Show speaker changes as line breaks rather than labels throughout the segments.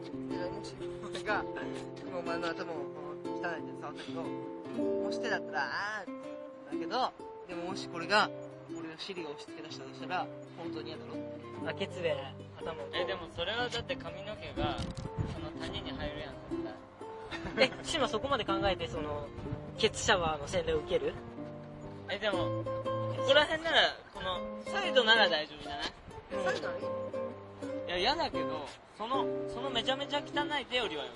自分がお前の頭をこう汚い手で触ったけどもし手だったらあーって言うんだけどでももしこれが俺の尻を押し付け出したとしたら本当に嫌だろ
あケツで頭を
えでもそれはだって髪の毛がその谷に入るやん 絶対
えシマそこまで考えてそのケツシャワーの洗礼を受ける
えでもここら辺ならこのサイドなら大丈夫じゃない
サイドはいい
いや嫌だけどそのそのめちゃめちゃ汚い手よりはよく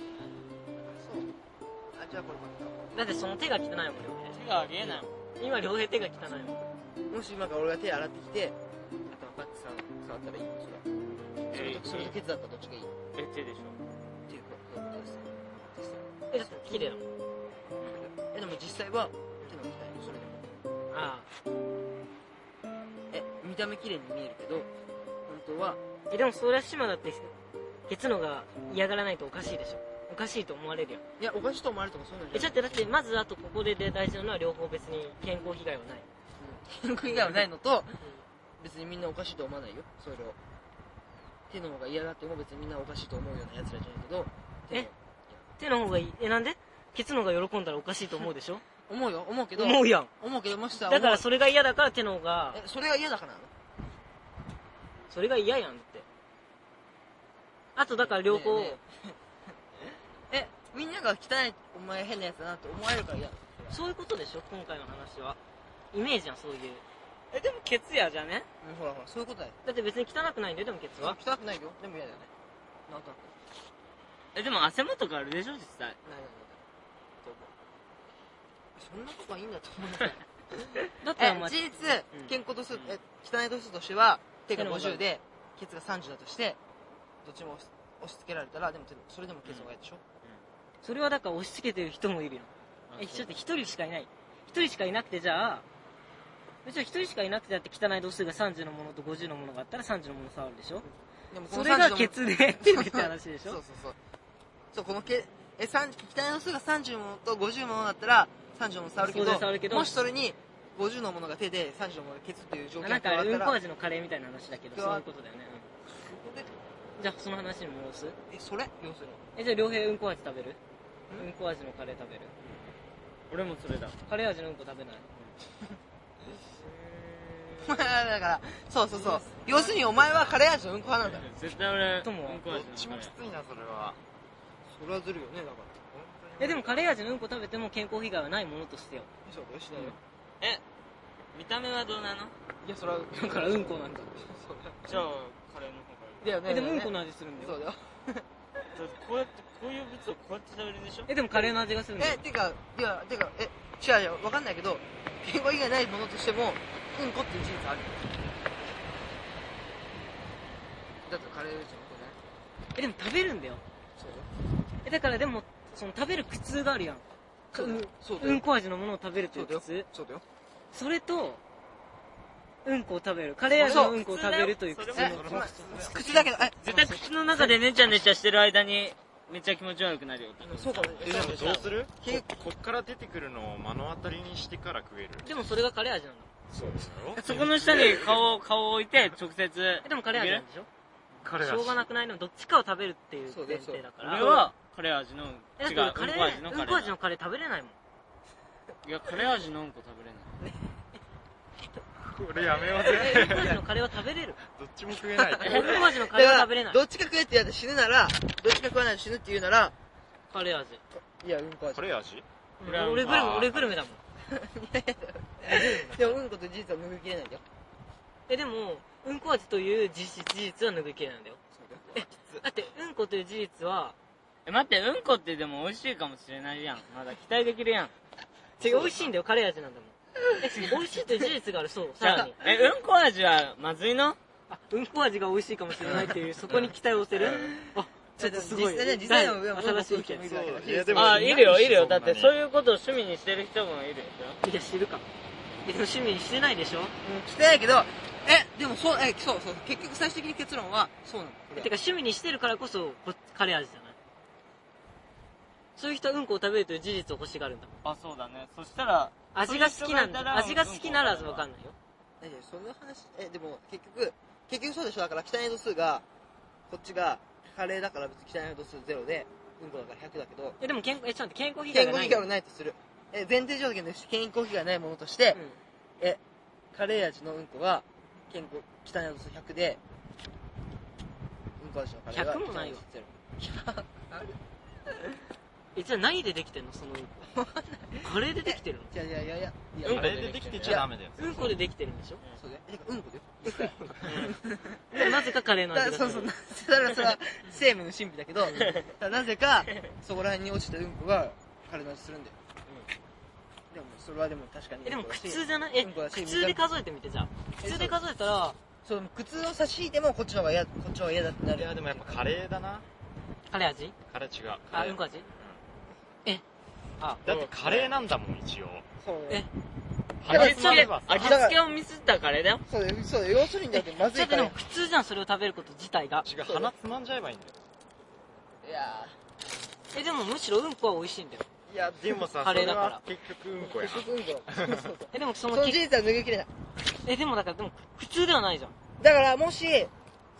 そうあじゃあこれま
だってその手が汚いもんね
ない手がありえないもん
俺今両平手が汚いもん
たもし今から俺が手洗ってきて頭パッて触ったらいいのそれそれとそれとケツだったらどっちがいい
え手でしょ
っていうことです実
えだって綺麗だもん
際えでも実際は手の汚いそれでも
あ
え見た目綺麗に見えるけど本当は
あえでもそれはシマだってケツのが嫌がらないとおかしいでしょおかしいと思われるよ
いやおかしいと思われるとかそういうの
え
じ
だ
ゃ
ってだってまずあとここで大事なのは両方別に健康被害はな
な
い
い文句以外はないのと別にみんなおかしいと思わないよそれを手の方が嫌だっても別にみんなおかしいと思うようなやつらじゃないけど手の
え手の方がいいえなんでケツの方が喜んだらおかしいと思うでしょ
思うよ思うけど
思うやん
思うけどもしさ
だから
思
それが嫌だから手の方
う
が
えそれが嫌だからなの
それが嫌やんってあとだから両方、
ねえねええみんなが汚いお前変なやつだなって思われるから嫌だ
そういうことでしょ今回の話はイメージやんそういう
えでもケツやじゃね
うんほらほらそういうことだよ
だって別に汚くないんだよでもケツは
汚くないよでも嫌だよねなんとなく
えでも汗もとかあるでしょ実際
ないないないと思うそんなことはいいんだと思うんだけど
だって
え
お前
事実
うん
健康度数、
うん
え汚い度数としては手が
手の方が
50でケツが30だとしてどっちも押し押し付けられたらでも手のそれでもケツの方がいいでしょ、
それはだから押し付けてる人もいるよえちょっと一人しかいない一人しかいなくてじゃあもちろん一人しかいなくてだって汚い度数が30のものと50のものがあったら30のもの触るでしょ
でも
それがケ
の
ツでやってるって話でし
そう
ょ
そうそうそうこのけえさん汚い度数が30ものと50ものだったら30のもの触るけ
そう
ど
で触るけど
もしそれに50のものが手で30のものがケツっていう条件
なんかあ
加
れ
わ
う
っ
ん
た
こ
ら
味のカレーみたいな話だけどそういうことだよねうんじゃあその話に戻す
えそれ要するに
えじゃあ両平うんこ味食べる
ん
うんこ味のカレー食べる
俺もそれだ
カレー味のうんこ食べない
だからそうそうそう要するにお前はカレー味のうんこ派なんだ
絶対俺
とも
うんこ
どっ
味の
ちもきついなそれは
それはずるよねだから
えでもカレー味のうんこ食べても健康被害はないものとしてよ
そうだよしないよ、
見た目はどうなの
いや それは
だからうんこなんだ
そうだよ
じゃあカレーの方がいい
だよね
えでもうんこ
な
の味するんだ
そ
よ
うだよ
だってこうやってこういう物をこうやって食べるでしょ
えでもカレーの味がするんだよ
えてかいやてかえ違うよわかんないけど言語以外ないものとしてもうんこっていう事実あるだってカレーうちのことね
えでも食べるんだよ
そうだよ
えだからでもその食べる苦痛があるやん
そうだよそうだ
う
よ
んこ味のものを食べると
そ
いうう
だ
苦
よ
痛
そうだよ
それとうんこを食べるカレー味のうんこを食べるという苦痛
そう
え
の
まあ口だけどえ
絶対口の中でネチャネチャしてる間にめっちゃ気持ち悪くなるよ
そうかも
えでもどうする
け
ここっから出てくるのを目の当たりにしてから食える
でもそれがカレー味なんだ
そうですよ
そこの下に顔を顔を置いて直接
えでもカレー味なんでしょ
彼
しょうがなくないのどっちかを食べるっていう
そうだ
前
よそう
提だから
俺はカレー味の
えだ
違
っ
うう
て
ん
カレ
こ味
ー
の
うん
カレ
こ味
ー
のカレー食べれないもん
いやカレー味のうんこ食べれない
これやめよう
えうんこ味
ぜ
のカレーは食べれる
どっちも食えない
うんこ味のカ
だ
レー
か
は
ら
食べれない
どっちか食えってやって死ぬならどっちか食わないと死ぬって言うなら
カレー味
いやうんこ味
これ味
これは
俺グルメ
あー
俺グルメだもん
でもうんこと事実は拭いきれないんだよ
えでもうんこ味という事実事実は拭いきれないんだよだってうんこという事実は
え待ってうんこってでも美味しいかもしれないやんまだ期待できるやん
違う美味しいんだよカレー味なんだもんえ美味しいという事実がある そう
じ
さ
ゃ
ら
あ
に
えうんこ味はまずいの
あうんこ味が美味しいかもしれないって いうそこに期待を捨てるあちょっとすごい
実際ね実際の上も
新しい意見
そうだよ
いやでも
あいるよいるよ
そんな
だっ
に
てそういうことを趣味にしてる人もいるでしょ
いや知るかえでも趣味にしてないでしょ
うんしてないけどえでもそうえそうそう結局最終的に結論はそうなの
えてか趣味にしてるからこそこカレー味じゃないそういう人はうんこを食べるという事実を欲しがるんだもん
あそうだねそしたら
味が好きなんだ味が好きならわかんないよ
えその話えでも結局結局そうでしょだから期待度数がこっちがカレーだから別に汚い度数ゼロでうんこだから100だけど
えでも健康えちょっと待って健康被害
健康
がな
被
い
害はないとするえ前提条件として健康被害ないものとして、
うん
カレー味のうんこが健康汚い度数100でうんこ味のカレーが
100もないわ
汚度数ゼロ
えじゃあ何でできてんのそのうんこ カレーでできてるの
いやいやいやいやいや
うん
あ
こ
れでできてちゃダメだよ
うんこでできてるんでしょ
そうだよえてかうんこだようんこだよ
でもなぜかカレーの
だ
味がす
そ
る
うそうなだからそれは生命の神秘だけ どだからなぜかそこら辺に落ちたうんこがカレーの味するんだよ、でもそれはでも確かに
えでも
うんこだ
苦
し
痛じゃないえ
うんこだし
苦痛で数えてみてじゃあ苦痛で数えたら
そう苦痛を差し引いてもこっちの方が嫌こっちの方が嫌だってなる
いやでもやっぱカレーだな
カレー味
カレー違う
あ
カレ
う
ー
んこ味えあ
だってカレーなんだもん一応
そうだよだか
え
ら
味付けば
あ
味付けをミスったカレーだよ。
そうだよそうだよ要するにだってまず
ちょ
い
っと
か
で
ら
も苦痛じゃんそれを食べること自体が
違う鼻つまんじゃえばいいんだよ
いや
えでもむしろうんこは美味しいんだよ
いやでもさ
カレーだから
それは結局うんこや
結局うんこだ そうそう
えでもそ
そ
の
の事
き
実は脱ぎ切れない
えでもだからでも苦痛ではないじゃん
だからもし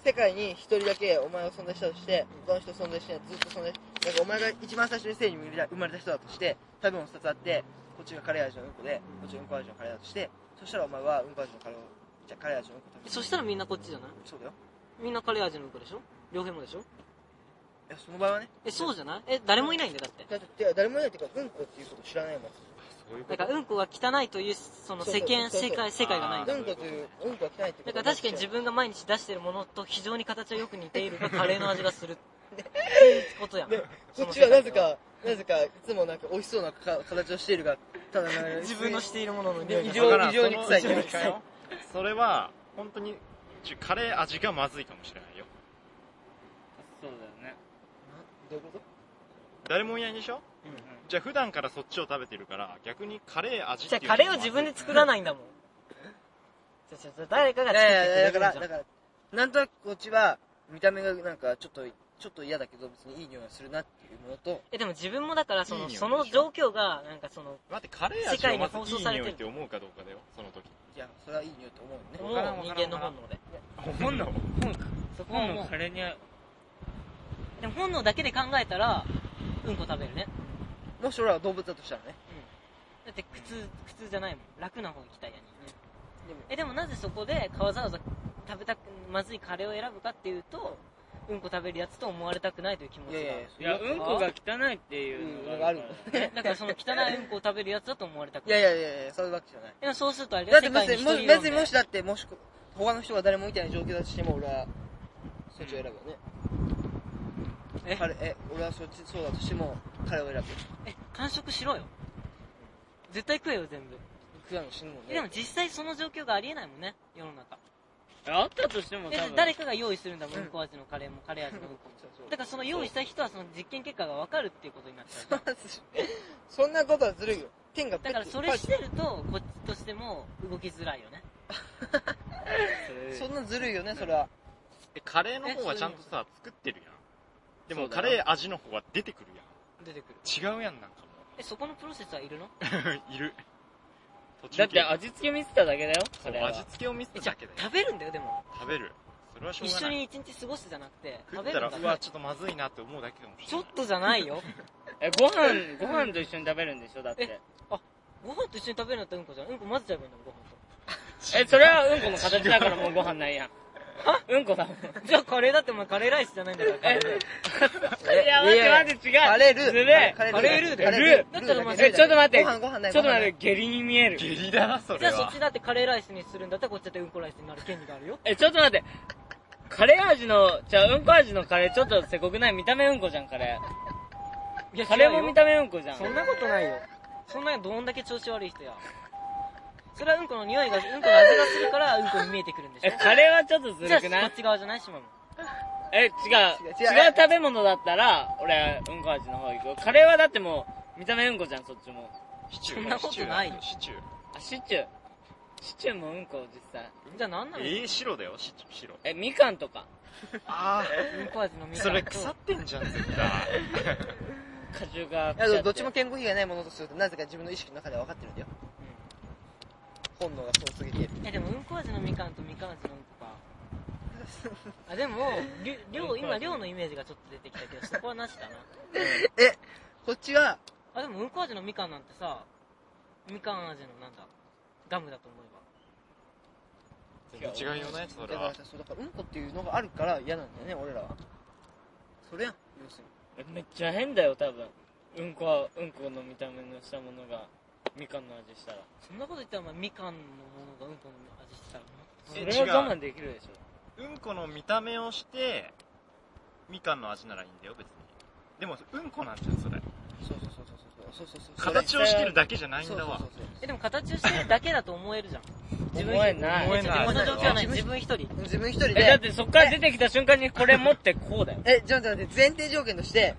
世界に一人だけお前が存在したとして他の人存在してないずっと存在してなんかお前が一番最初に生に生まれた生まれた人だとして食べ物2つあってこっちがカレー味のうんこでこっちがうんこ味のカレーだとしてそしたらお前はうんこ味のカレーをじゃあカレー味のうんこ食べ
え
る
そしたらみんなこっちじゃない
そうだよ
みんなカレー味のうんこでしょ両辺もでしょ
いやその場合はね
えそうじゃないえ誰もいないんだよだっ
だ
て
っていや誰もいないっていうかうんこっていうこと知らないもん
そういうこ
だ
と
からうんこが汚いというその
そうそう
世間
そうそう
世界世界がないんだ
あー
うんこといううんこは汚いってこと
だから確かに自分が毎日出してるものと非常に形はよく似ているがカレーの味がするっていうことやん
ね
そ
こ
の
っちはなぜかなぜかいつもなんか美味しそうなか形をしているがただなんか
自分のしているものの
ね
匂い
異
が
常
だから
異常に臭い
そのそのそれは本当にちょカレー味がまずいかもしれないよ
そうだよね。
どういうこと
誰もいないでしょ
うんうん。
じゃあ普段からそっちを食べてるから逆にカレー味
じ
って
ゃ
いう
あカ
の
レーを自分で作らない んだもんじゃあじゃあじゃあ誰かが
い
作って
やいやいや
く
だ
れる
か
じ
ら
ゃん
だからなんとなくこっちは見た目がなんかちょっとちょっと嫌だけど別にいい匂いがするなっていうものと
えでも自分もだからそ
いい
の
匂い
その
でしょ
状況がなんかその
待ってカレー味をまずいい匂いって思うかどうかだよその時
いやそれはいい匂いと思うよね
思う
からん
人
わから
間
ん
の本能で
本能
そこはもうカレーに合う。
でも本能だけで考えたらうんこ食べるね
もし俺らが動物だとしたらね
だって苦痛苦痛じゃないもん楽な方行きたいやに
でも
えでもなぜそこでわざわざ食べたくまずいカレーを選ぶかっていうとうんこ食べるやつと思われたくないという気持ち
い
が
やいや
いや、うんこが汚いっていうのがあ
う
る
ん
からね。
だからその汚いうんこを食べるやつだと思われたく
い
な
や
い
いやいやいやそういうわけじゃない
でもそうするとあれ
だっ
世
て
界に
別
一
に
人
も
い
し
る
別にもしだってもし他の人が誰もいない状況だとしても俺はそっちを選ぶよね、
え
彼え俺はそっちそうだとしても彼を選ぶ
え完食しろよ絶対食えよ全部
食わの死ぬもん
えでも
ね
実際その状況がありえないもんね世の中
あったとしても多
え
分。
誰かが用意するんだもん
う
うんんこ味のカレーもカレー味のうんこも
そうそう
だからその用意した人はその実験結果が分かるっていうことになっちゃうじゃん
そんなことはずるいよ天が
だからそれしてるとこっちとしても動きづらいよね
そんなずるいよねそれは
えカレーの方はちゃんとさ作ってるやんで
そ
も
うだよ
カレー味の方は出てくる
出てくる
やん違うやんなんか
えそこのプロセスはいるの
も ういる途
だって
味
味付け見てただけだよ、カレーは。
味付けを見せただけだよ
食べるんだよでも
食べるそれはしょう
一
が
緒
ない
に一日過ごすじゃなくて
食
食
っ
べ
た
る
ら
んだ
うわちょっとまずいなって思うだけかもし
ち
れ
ょ
な
っ
い
とじゃないよ
え、ご飯、ご飯と一緒に食べるんでしょだって
え。ご飯と一緒に食べるんだったらうんこじゃんうんこ混ぜちゃえばいいんだもんご飯
え、それはうんこの形だからもうご飯ないやん。うんこだもん。
とじゃあカレーだってお前カレーライスじゃないんだからカレールー
いや、待って待って、違う。
カレールー
ずるい。
カレールーだよ
カレ
ルーだったら
ルー
ま
だ
ず
け
え、ちょっと待って。
ご飯ご飯ない
ちょっと
ご飯
待
ない
って、下痢に見える。
下痢だなそ
じゃ
れ
あそ
は
っちだってカレーライスにするんだったらこっちだってうんこライスになる権利があるよ
え、ちょっと待って。カレー味の、じゃあうんこ味のカレーちょっとせこくない見た目うんこじゃん、カレ
いや
ー。カレーも見た目うんこじゃん。
そんなことないよ。そんなどんだけ調子悪い人や。それはうんこの匂いが、うんこの味がするから、うんこに見えてくるんでし
え、
ょ。
カレーはちょっとず
じゃあ、
る
こ
く
っ
ない
ち側じゃないしまも。
え、
違
違う。
う
違う食べ物だったら、俺、うんこ味の方行く。カレーはだってもう、見た目うんこじゃん、そっちも。
シチュ
そ
ー
んなことないよ
シチュー
あ、シチュー。シチューもうんこ、実際。
じゃあなんなの
えー、白だよシチュー白
え、みかんとか。
あ
うんこ味の
あ
みかんと
それ腐ってんじゃん絶対
果汁が。
いやどっちも健康被害ないものとするとなぜか自分の意識の中では分かってるんだよ本能がそうすぎている
え、でもうんこ味のみかんとみかん味のうんこか。あでもりゅ量
うんこ
今
味
量のイメージがちょっと出てきたけどそこはなしだな
え、こっちは、
あでもうんこ味のみかんなんてさみかん味のなんだガムだと思
全然違うよねそれ
だから
は
さそうだからうんこっていうのがあるから嫌なんだよね俺らはそれやん要する
めっちゃ変だよ多分うんこはうんこの見た目のしたものがみかんの味したら
えばそんなこと言ったらお前みかんのものがうんこの味してたら
そ
え
れは我慢できるでしょ
うんこの見た目をしてみかんの味ならいいんだよ別にでもうんこなんじゃんそれ
にそうそうそうそうそうそうそうそう
形をしてるだけじゃないん
そう
だわ
そうそうそう
えでも形をしてるだけだと思えるじゃん自分
思えない
思えない
この状況はない
自
自
分
分一人
自分一人
えだっ
で
てそっから出てきた瞬間にこれ持ってこうだよ
えじゃあ待って前提条件として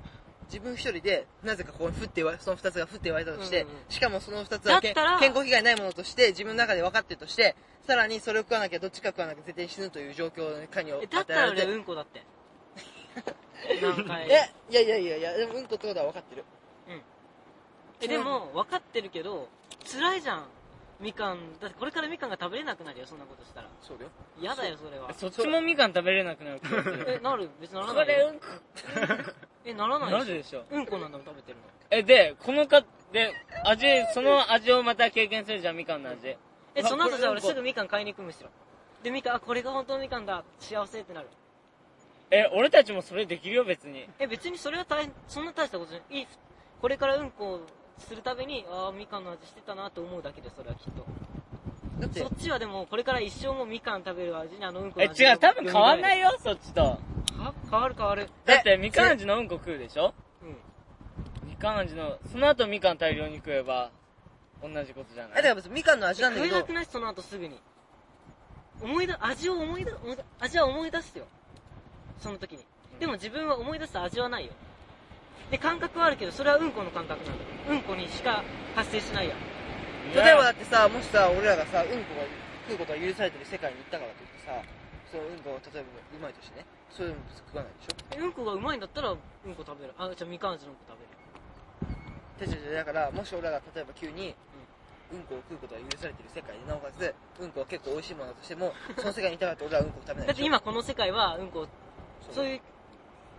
自分一人でなぜかここに降ってわその二つが降って湧いたとして、
うんうん
しかもその二つはけん
だったら
健康被害ないものとして自分の中で分かってるとしてさらにそれを食わなきゃどっちか食わなきゃ絶対に死ぬという状況に関与を
えだったら俺うんこだって 何回
えいやいやいやいやでもうんこってことは分かってる
えでも分かってるけど辛いじゃんみかんだってこれからみかんが食べれなくなるよそんなことしたら
そうだよ
嫌だよそれは
そっちもみかん食べれなくなる気が する
えなる別になら
こ
な
こ
い
で
よ
うんこ
えならない
なる
でしょ
でしょ
うんこなんだもん食べてるの
えでこのかで味その味をまた経験するじゃんみかんの味
え
うわ
その後じゃあ
こ
俺
れうんこ
すぐみかん買いに行くむしろでみかんあこれが本当のみかんだ幸せってなる
え俺たちもそれできるよ別に
え別にそれは大変そんな大したことじゃないいいこれからうんこするたびにああみかんの味してたなと思うだけでそれはきっと
だって
そっちはでもこれから一生もみかん食べる味にあのうんこ
え
の味
違う多分変わんない
よ
よそっちと
変わる変わる
だってみかん味のうんこ食うでしょ
うん
みかん味のその後みかん大量に食えば同じことじゃな
えだ
い
から別にみかんの味なんだ
食
け
えな
ど
くないその後すぐに思い出味を思い出思い出味は思い出すよその時にでも自分は思い出す味はないよで感覚はあるけどそれはうんこの感覚なんだうんこにしか発生しないやん
例えばだってさもしさ俺らがさうんこが食うことが許されてる世界に行ったからといってさそのうんこが例えばうまいとしてねそういうの食わないでしょ
えうんこがうまいんだったらうんこ食べるあじゃあみかん味のうんこ食べる
てちだからもし俺らが例えば急にうんこを食うことが許されてる世界でなおかつうんこは結構美味しいものだとして もその世界にいたかったら俺らはうんこを食べないで
だっ
しょ
て今この世界はうんこそう
う
いう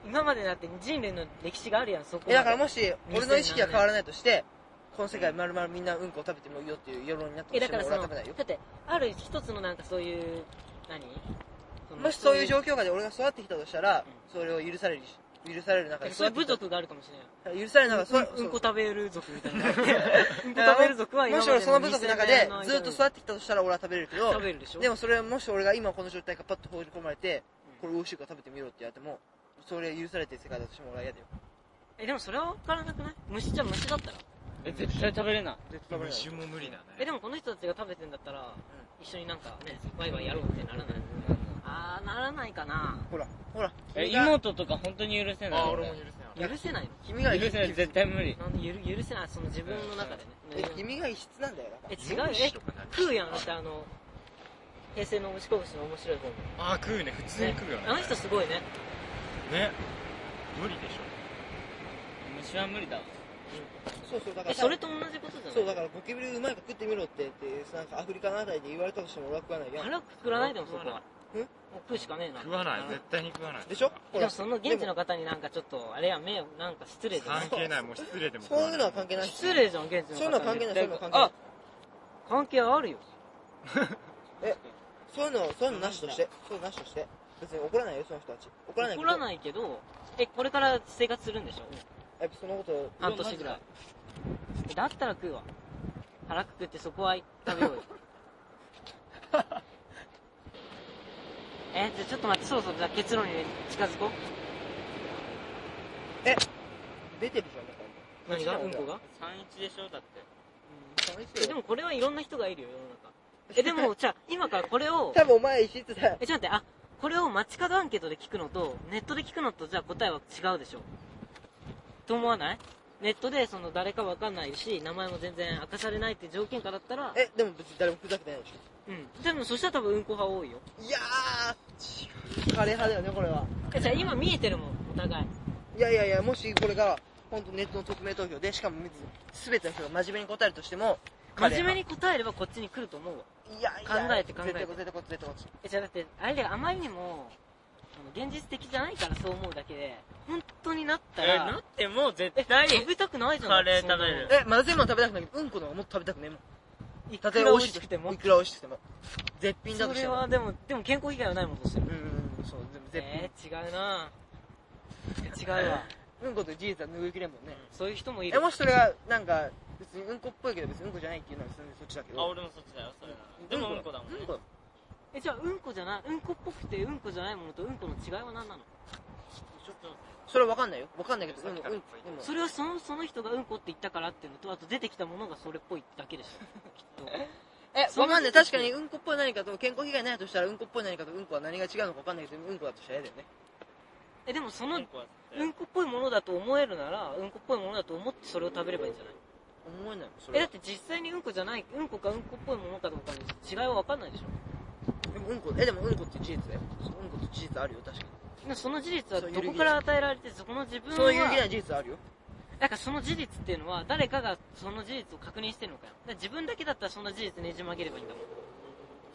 今までだって人類の歴史があるやんそこま
え
で
だからもし俺の意識が変わらないとしてこの世界まるまるみんなうんこを食べてもいいよっていう世論になったと
え
して
だか
も
ら
俺らは
その
食べないよ
だってある一つのなんかそういう何その
もしそういう状況下で俺が育ってきたとしたらそれを許されるし許される中で
そういう部
育ってきた
族があるかもしれない
許されながらそ
うんこ
そ
食べる族みた いな。うんこ食べる族は今
もし
まで
俺その部族の中でずっと
2000
育ってきたとしたら俺は食べれるけど
食べるでしょ
でもそれもし俺が今この状態がパッと放り込まれてこれ美味しいから食べてみろってやってもそれ許されてる世界だとしても俺は嫌だよ
え、でもそれは分からなくない虫じゃ虫だったら。
え絶対食べれない
絶対食べれない
虫も無理だね
え、でもこの人たちが食べてんだったら、一緒になんかね、ワイワイやろうってならない。あー、ならないかな。
ほらほら
え
君が
妹とか本当に許せない
あ俺も許せない
許せない
君が
許せない絶対無理
のなんでゆる許せないその自分の中で
え
ね。
君が異質なんだよだから
え、違うよ。え、食うやん。だってあの、平成の虫こぶしの面白い方も。
あ食うね普通に食うよね
あの人すごいね。
ね無理でし
虫は無理だわ
そうそうだか
え、
ら
それと同じことじゃない
そうだからゴキブリうまいか食ってみろってってなんかアフリカのあたりで言われたとしても俺は食わないやん
腹くくらないでもそこは。
え
もう食うしかねえ
ょ
な。
食わない絶対に食わない
でしょほ
で
ら
もその現地の方になんかちょっとあれや目をなんか失礼じゃな
関
い
係ないもう失礼でも食
そう
わ
いうのは関係ない
失礼じゃん現地の方に
そういうのは関係ないそういうのは関係ない
あ関係あるよ
そういうのそういうのなしとしてそういうのなしとして別に怒らないよその人たち怒らない
怒ら
い
ないけどえこれから生活するんでしょ
やっぱそのことを
半年ぐらいだったら食うわ腹くくってそこは食べよう よえじゃあちょっと待ってそろそろじゃあ結論に近づこう
出てるじゃんだから
何がうんこが、
31でしょだって
えでもこれはいろんな人がいるよ世の中えでもじゃあ今からこれを
多分お前石ってた
え、ちょっと待って、あ、これを街角アンケートで聞くのと、ネットで聞くのと、じゃあ答えは違うでしょと思わないネットで、その、誰かわかんないし、名前も全然明かされないって条件下だったら、
えでも別に誰もふざけてないでし
うん。でも、そしたら多分、うんこ派多いよ。
ょいやーカレー派だよねこれは
え、じゃあ今見えてるもん、お互い。
いやいやいやもしこれが本当ネットの匿名投票でしかも全ての人が真面目に答えるとしても
真面目に答えればこっちに来ると思うわ。
にいやいや
考えて考えて
絶対こっち絶対こっち絶対こっち
え、じゃあだって、あれだよ、あまりにも、の現実的じゃないからそう思うだけで本当になった
え、
ら
なってもう絶
え
対、
食べたくないじゃん
カレー食べる
え、まぜんもん食べたくないけど、うんこの方がもっと食べたくねえもん。
いく
た
ら
と
美
え
味しくても
いくら美味しくても。絶品だ
そ
として
れ
も。
はでもでも健康被害はないもんとしてる
うんうんうん、そう、でも絶
えー、違うな違うわ
品。うんこと事実は拭いきれんもんね。
そういう人もい
え、
る
もしそれが、なんか、別にうんこっぽいけど、別にうんこじゃないっていうのは、そっちだけ
あ、
ど。
俺もそっちだよ、それな。でもうんこだもんね
うん。こ
えじゃあうんこじゃないうんこっぽくてうんこじゃないものとうんこの違いは何なの
ちょっと、
それはわかんないよ。わかんないけど、
さ
う
っ
ん、う
き
ん、
から
でも。
それはそのその人がうんこって言ったからっていうのとあと出てきたものがそれっぽいだけでしょきっと
え、
そ
わ
んな
かんない。確かに、うんこっぽい何かと、健康被害ないとしたら、うんこっぽい何かと、うんこは何が違うのかわかんないけど、うんこだとしたら嫌だよね。
えでもその
うんこは絶
う
対
んこっぽいものだと思えるならうんこっぽいものだと思ってそれを食べればいいんじゃない
思えないもん、そ
え
れ
だ
は
っ。て実際にうんこじゃないうんこかうんこっぽいものかどうかの違いは分かんないでしょ
でもうんこ、え、でもうんこって事実だよ。そううんこって事実あるよ、確かに。
でその事実は
そう
どこから与えられてそこの自分
そういう有意義
は
な事実あるよ。
だからその事実っていうのは誰かがその事実を確認してるのかよだから自分だけだったらそんな事実ねじ曲げればいいんだもん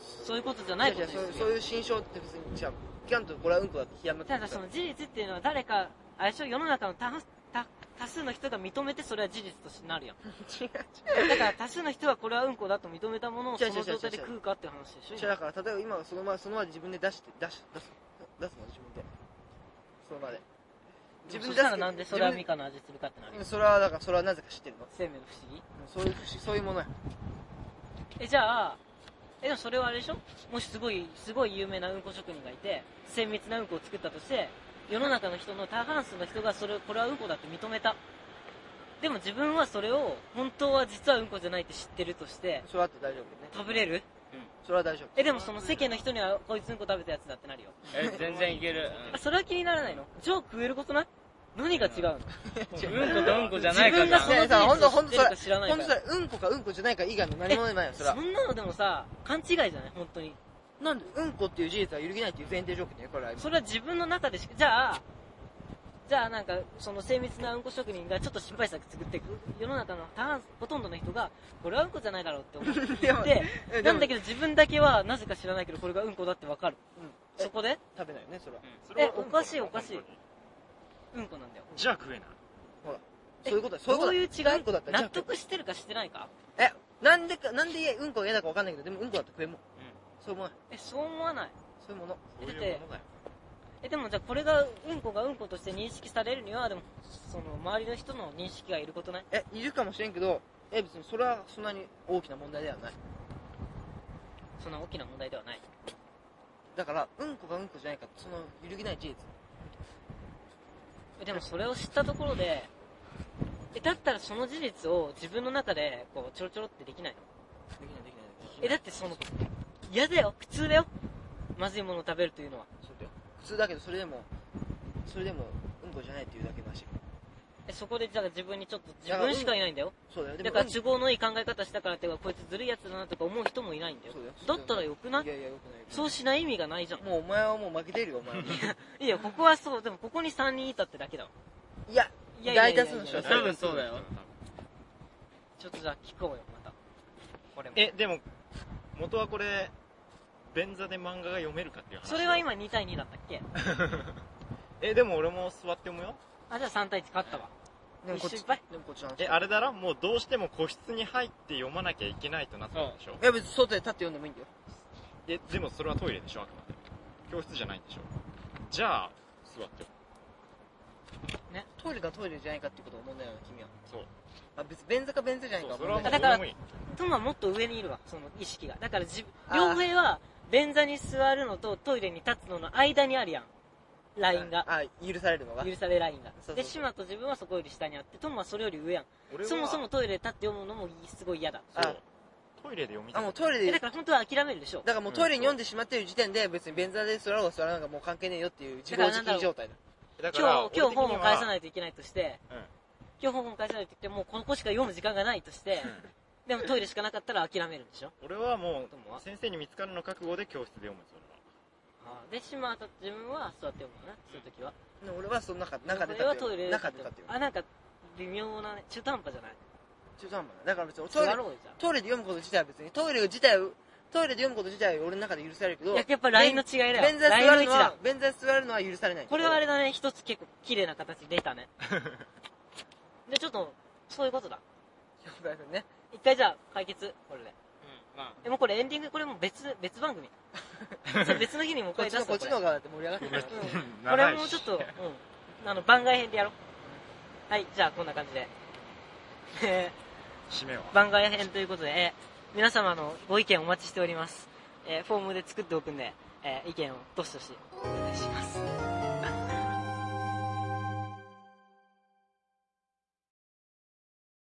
そういうことじゃないことに
やや
す
そう
る
そういう心象って別に、じゃあ、いかんとこれはうんこだって冷やになって
ただその事実っていうのは誰かあれでしょ世の中の多多多数の人が認めてそれは事実としてなるやん
違う違
だから多数の人はこれはうんこだと認めたものを
違
そう
違う違う
の状態で食うかっていう話
う。
でし
じ
ょ
ゃあだから、例えば今はそのまま、そのまま自分で出して、出し、出す、出すの自分で。その場で。
自
自
分
分
だ
で
っ
出す
たらなんでそれは
自
ミカの味するかってなる
分
よ
でそれは、だから、それはなぜか知ってるの。
生命の不思議
そういう、そういうものや。
えじゃあえでもそれはあれでしょもしすごいすごい有名なうんこ職人がいて精密なうんこを作ったとして世の中の人の大半数の人がそれをこれはうんこだって認めたでも自分はそれを本当は実はうんこじゃないって知ってるとして
それはあって大丈夫よね。
食べれる
それは大丈夫。
えでもその世間の人にはこいつうんこ食べたやつだってなるよ
え、全然いける。
あそれは気にならないのじゃあ食えることない何が違うの
うんうんことうんこじゃな
自
いか
分
ら
がそ
い
の
やいや
事
ほんと
実
ほんと
を知ってるか知らない
ほ
か
んと
ら
それ、うんこかうんこじゃないか以外の何もないよ、それ
そ
は。
んなのでもさ勘違いじゃない本当に
なんで、うんこっていう事実は揺るぎないっていう前提条件だよ、これは。
それは自分の中でしかじゃあじゃあなんかその精密なうんこ職人がちょっと心配作作って世の中の大半ほとんどの人がこれはうんこじゃないだろうって思っ
いや
て
えで
な
も
んだけど自分だけはなぜか知らないけどこれがうんこだってわかる
うん
そこで
食べないよね、それは。
それは
えおかしいおかしい
本当に
うんこなんだよ
じゃあ食えない
そういうことだ、そういうこと
ど
だ
ういう違い
うんこだったら、じゃ
納
あ
得してるかしてないか
え、なんでか、なんでうんこが嫌だかわかんないけど、でもうんこだって食えんもん。そういうもの。
えそう思わない
そういうもの。
そういうものだよ
えでもじゃあこれがうんこがうんことして認識されるにはでもその周りの人の認識がいることない
え、いるかもしれんけど、え、別にそれはそんなに大きな問題ではない。
そんな大きな問題ではない
だから、うんこがうんこじゃないか、その揺るぎない事実。
でもそれを知ったところで、え、だったらその事実を自分の中で、こう、ちょろちょろってできないの
できない、できない。
え、だってその、嫌だよ、苦痛だよ。まずいものを食べるというのは。
そうだよ。普通だけど、それでも、それでも、うんこじゃないっていうだけだし。
え、そこで、じゃあ自分にちょっと、
いや
自分しかいないんだよ。
そうだよ。で
だ
も
から
うん
都合のいい考え方したからってか、こいつずるいやつだなとか思う人もいないんだよ
そうだよ。
だったらよくない
いやいや、よくない。
そうしない意味がないじゃん。
もうお前はもう負けてるよ、お前は。
いや、ここはそう、でもここに3人いたってだけだわ。
いや、
いやいやいや
大
いや
多数の人は
多分そうだよ。
ちょっとじゃあ聞こうよ、また。これも。
え、でも、元はこれ、便座で漫画が読めるかっていう話。
それは。今2対2だったっけ
え、でも俺も座ってもよ。
あ、じゃあ3対1勝ったわ。
でもこっち、
失敗
でもこっちの話。
え、あれだろもうどうしても個室に入って読まなきゃいけないとなったんでしょ
いや別に外で立って読んでもいいんだよ。
え、でもそれはトイレでしょあくまで。教室じゃないんでしょじゃあ、座ってよ。
トイレかトイレじゃないかっていうことを問題なの、君は。
そう。
あ、別に便座か便座じゃない
そ
か
う、
は
そ
問
れはもう
題
ど
ない。
うでもいい。
トムはもっと上にいるわ、その意識が。だから自
あー
両平は、便座に座るのとトイレに立つのの間にあるやん。ラインが。
あ、許されるのが。
許されラインが。
そうそうそう
で、島と自分はそこより下にあって、トムはそれより上やん。
俺は
そもそもトイレ立って読むのもすごい嫌だ。
そう
あ
トイレで読みた
あ、
い
もうトイレ
え
で、
だ
だ
から本当は諦めるでしょ。
からもうトイレに読んでしまっている時点で別に便座で座ろうが座らなんかもう関係ねえよっていう自暴自棄状態だ。
だか
今
ら。
日、今日本を返さないいといけないとして、
うん
今日本を返さないといけないもうこの子しか読む時間がないとして、でもトイレしかなかったら諦めるんでしょ。
俺はも
トムは
う、先生に見つかるの覚悟で教室で読む、それは。
で、島と自分は座って読むのね、そういう時は。
で俺はその中、中で
俺
立っ
は
て
トイレ
る。
で
中で立ってる。
あなんか微妙なね中途半端じゃない
中途半端だ。だから別に俺トイ
座
レ、
ろうよじゃ
トイレで読むこと自体は別に、トイレ自体をトイレで読むこと自体は俺の中で許されるけど
いや、やっぱラインの違いだよ。
便座
ライン
座
の
る
位
の
置だ
は。便座座るのは許されない
こ れはあれだね、一つ結構綺麗な形出たね。で、ちょっと、そういうことだ。
よくあるね
一回じゃあ解決、これで。
ま
え、もうこれエンディング、これもう別、別番組。それ別の日にもう一
こっ
回
ち
出す
の
わ
こっちの方がだって盛り上がってるから
これうんこれは
長
い
し
もうちょっと、うん。あの、番外編でやろう。はい、じゃあこんな感じで。え
締めは
ー番外編ということで、えー皆様のご意見お待ちしております。えーフォームで作っておくんで、えー意見をどしどしお願いします。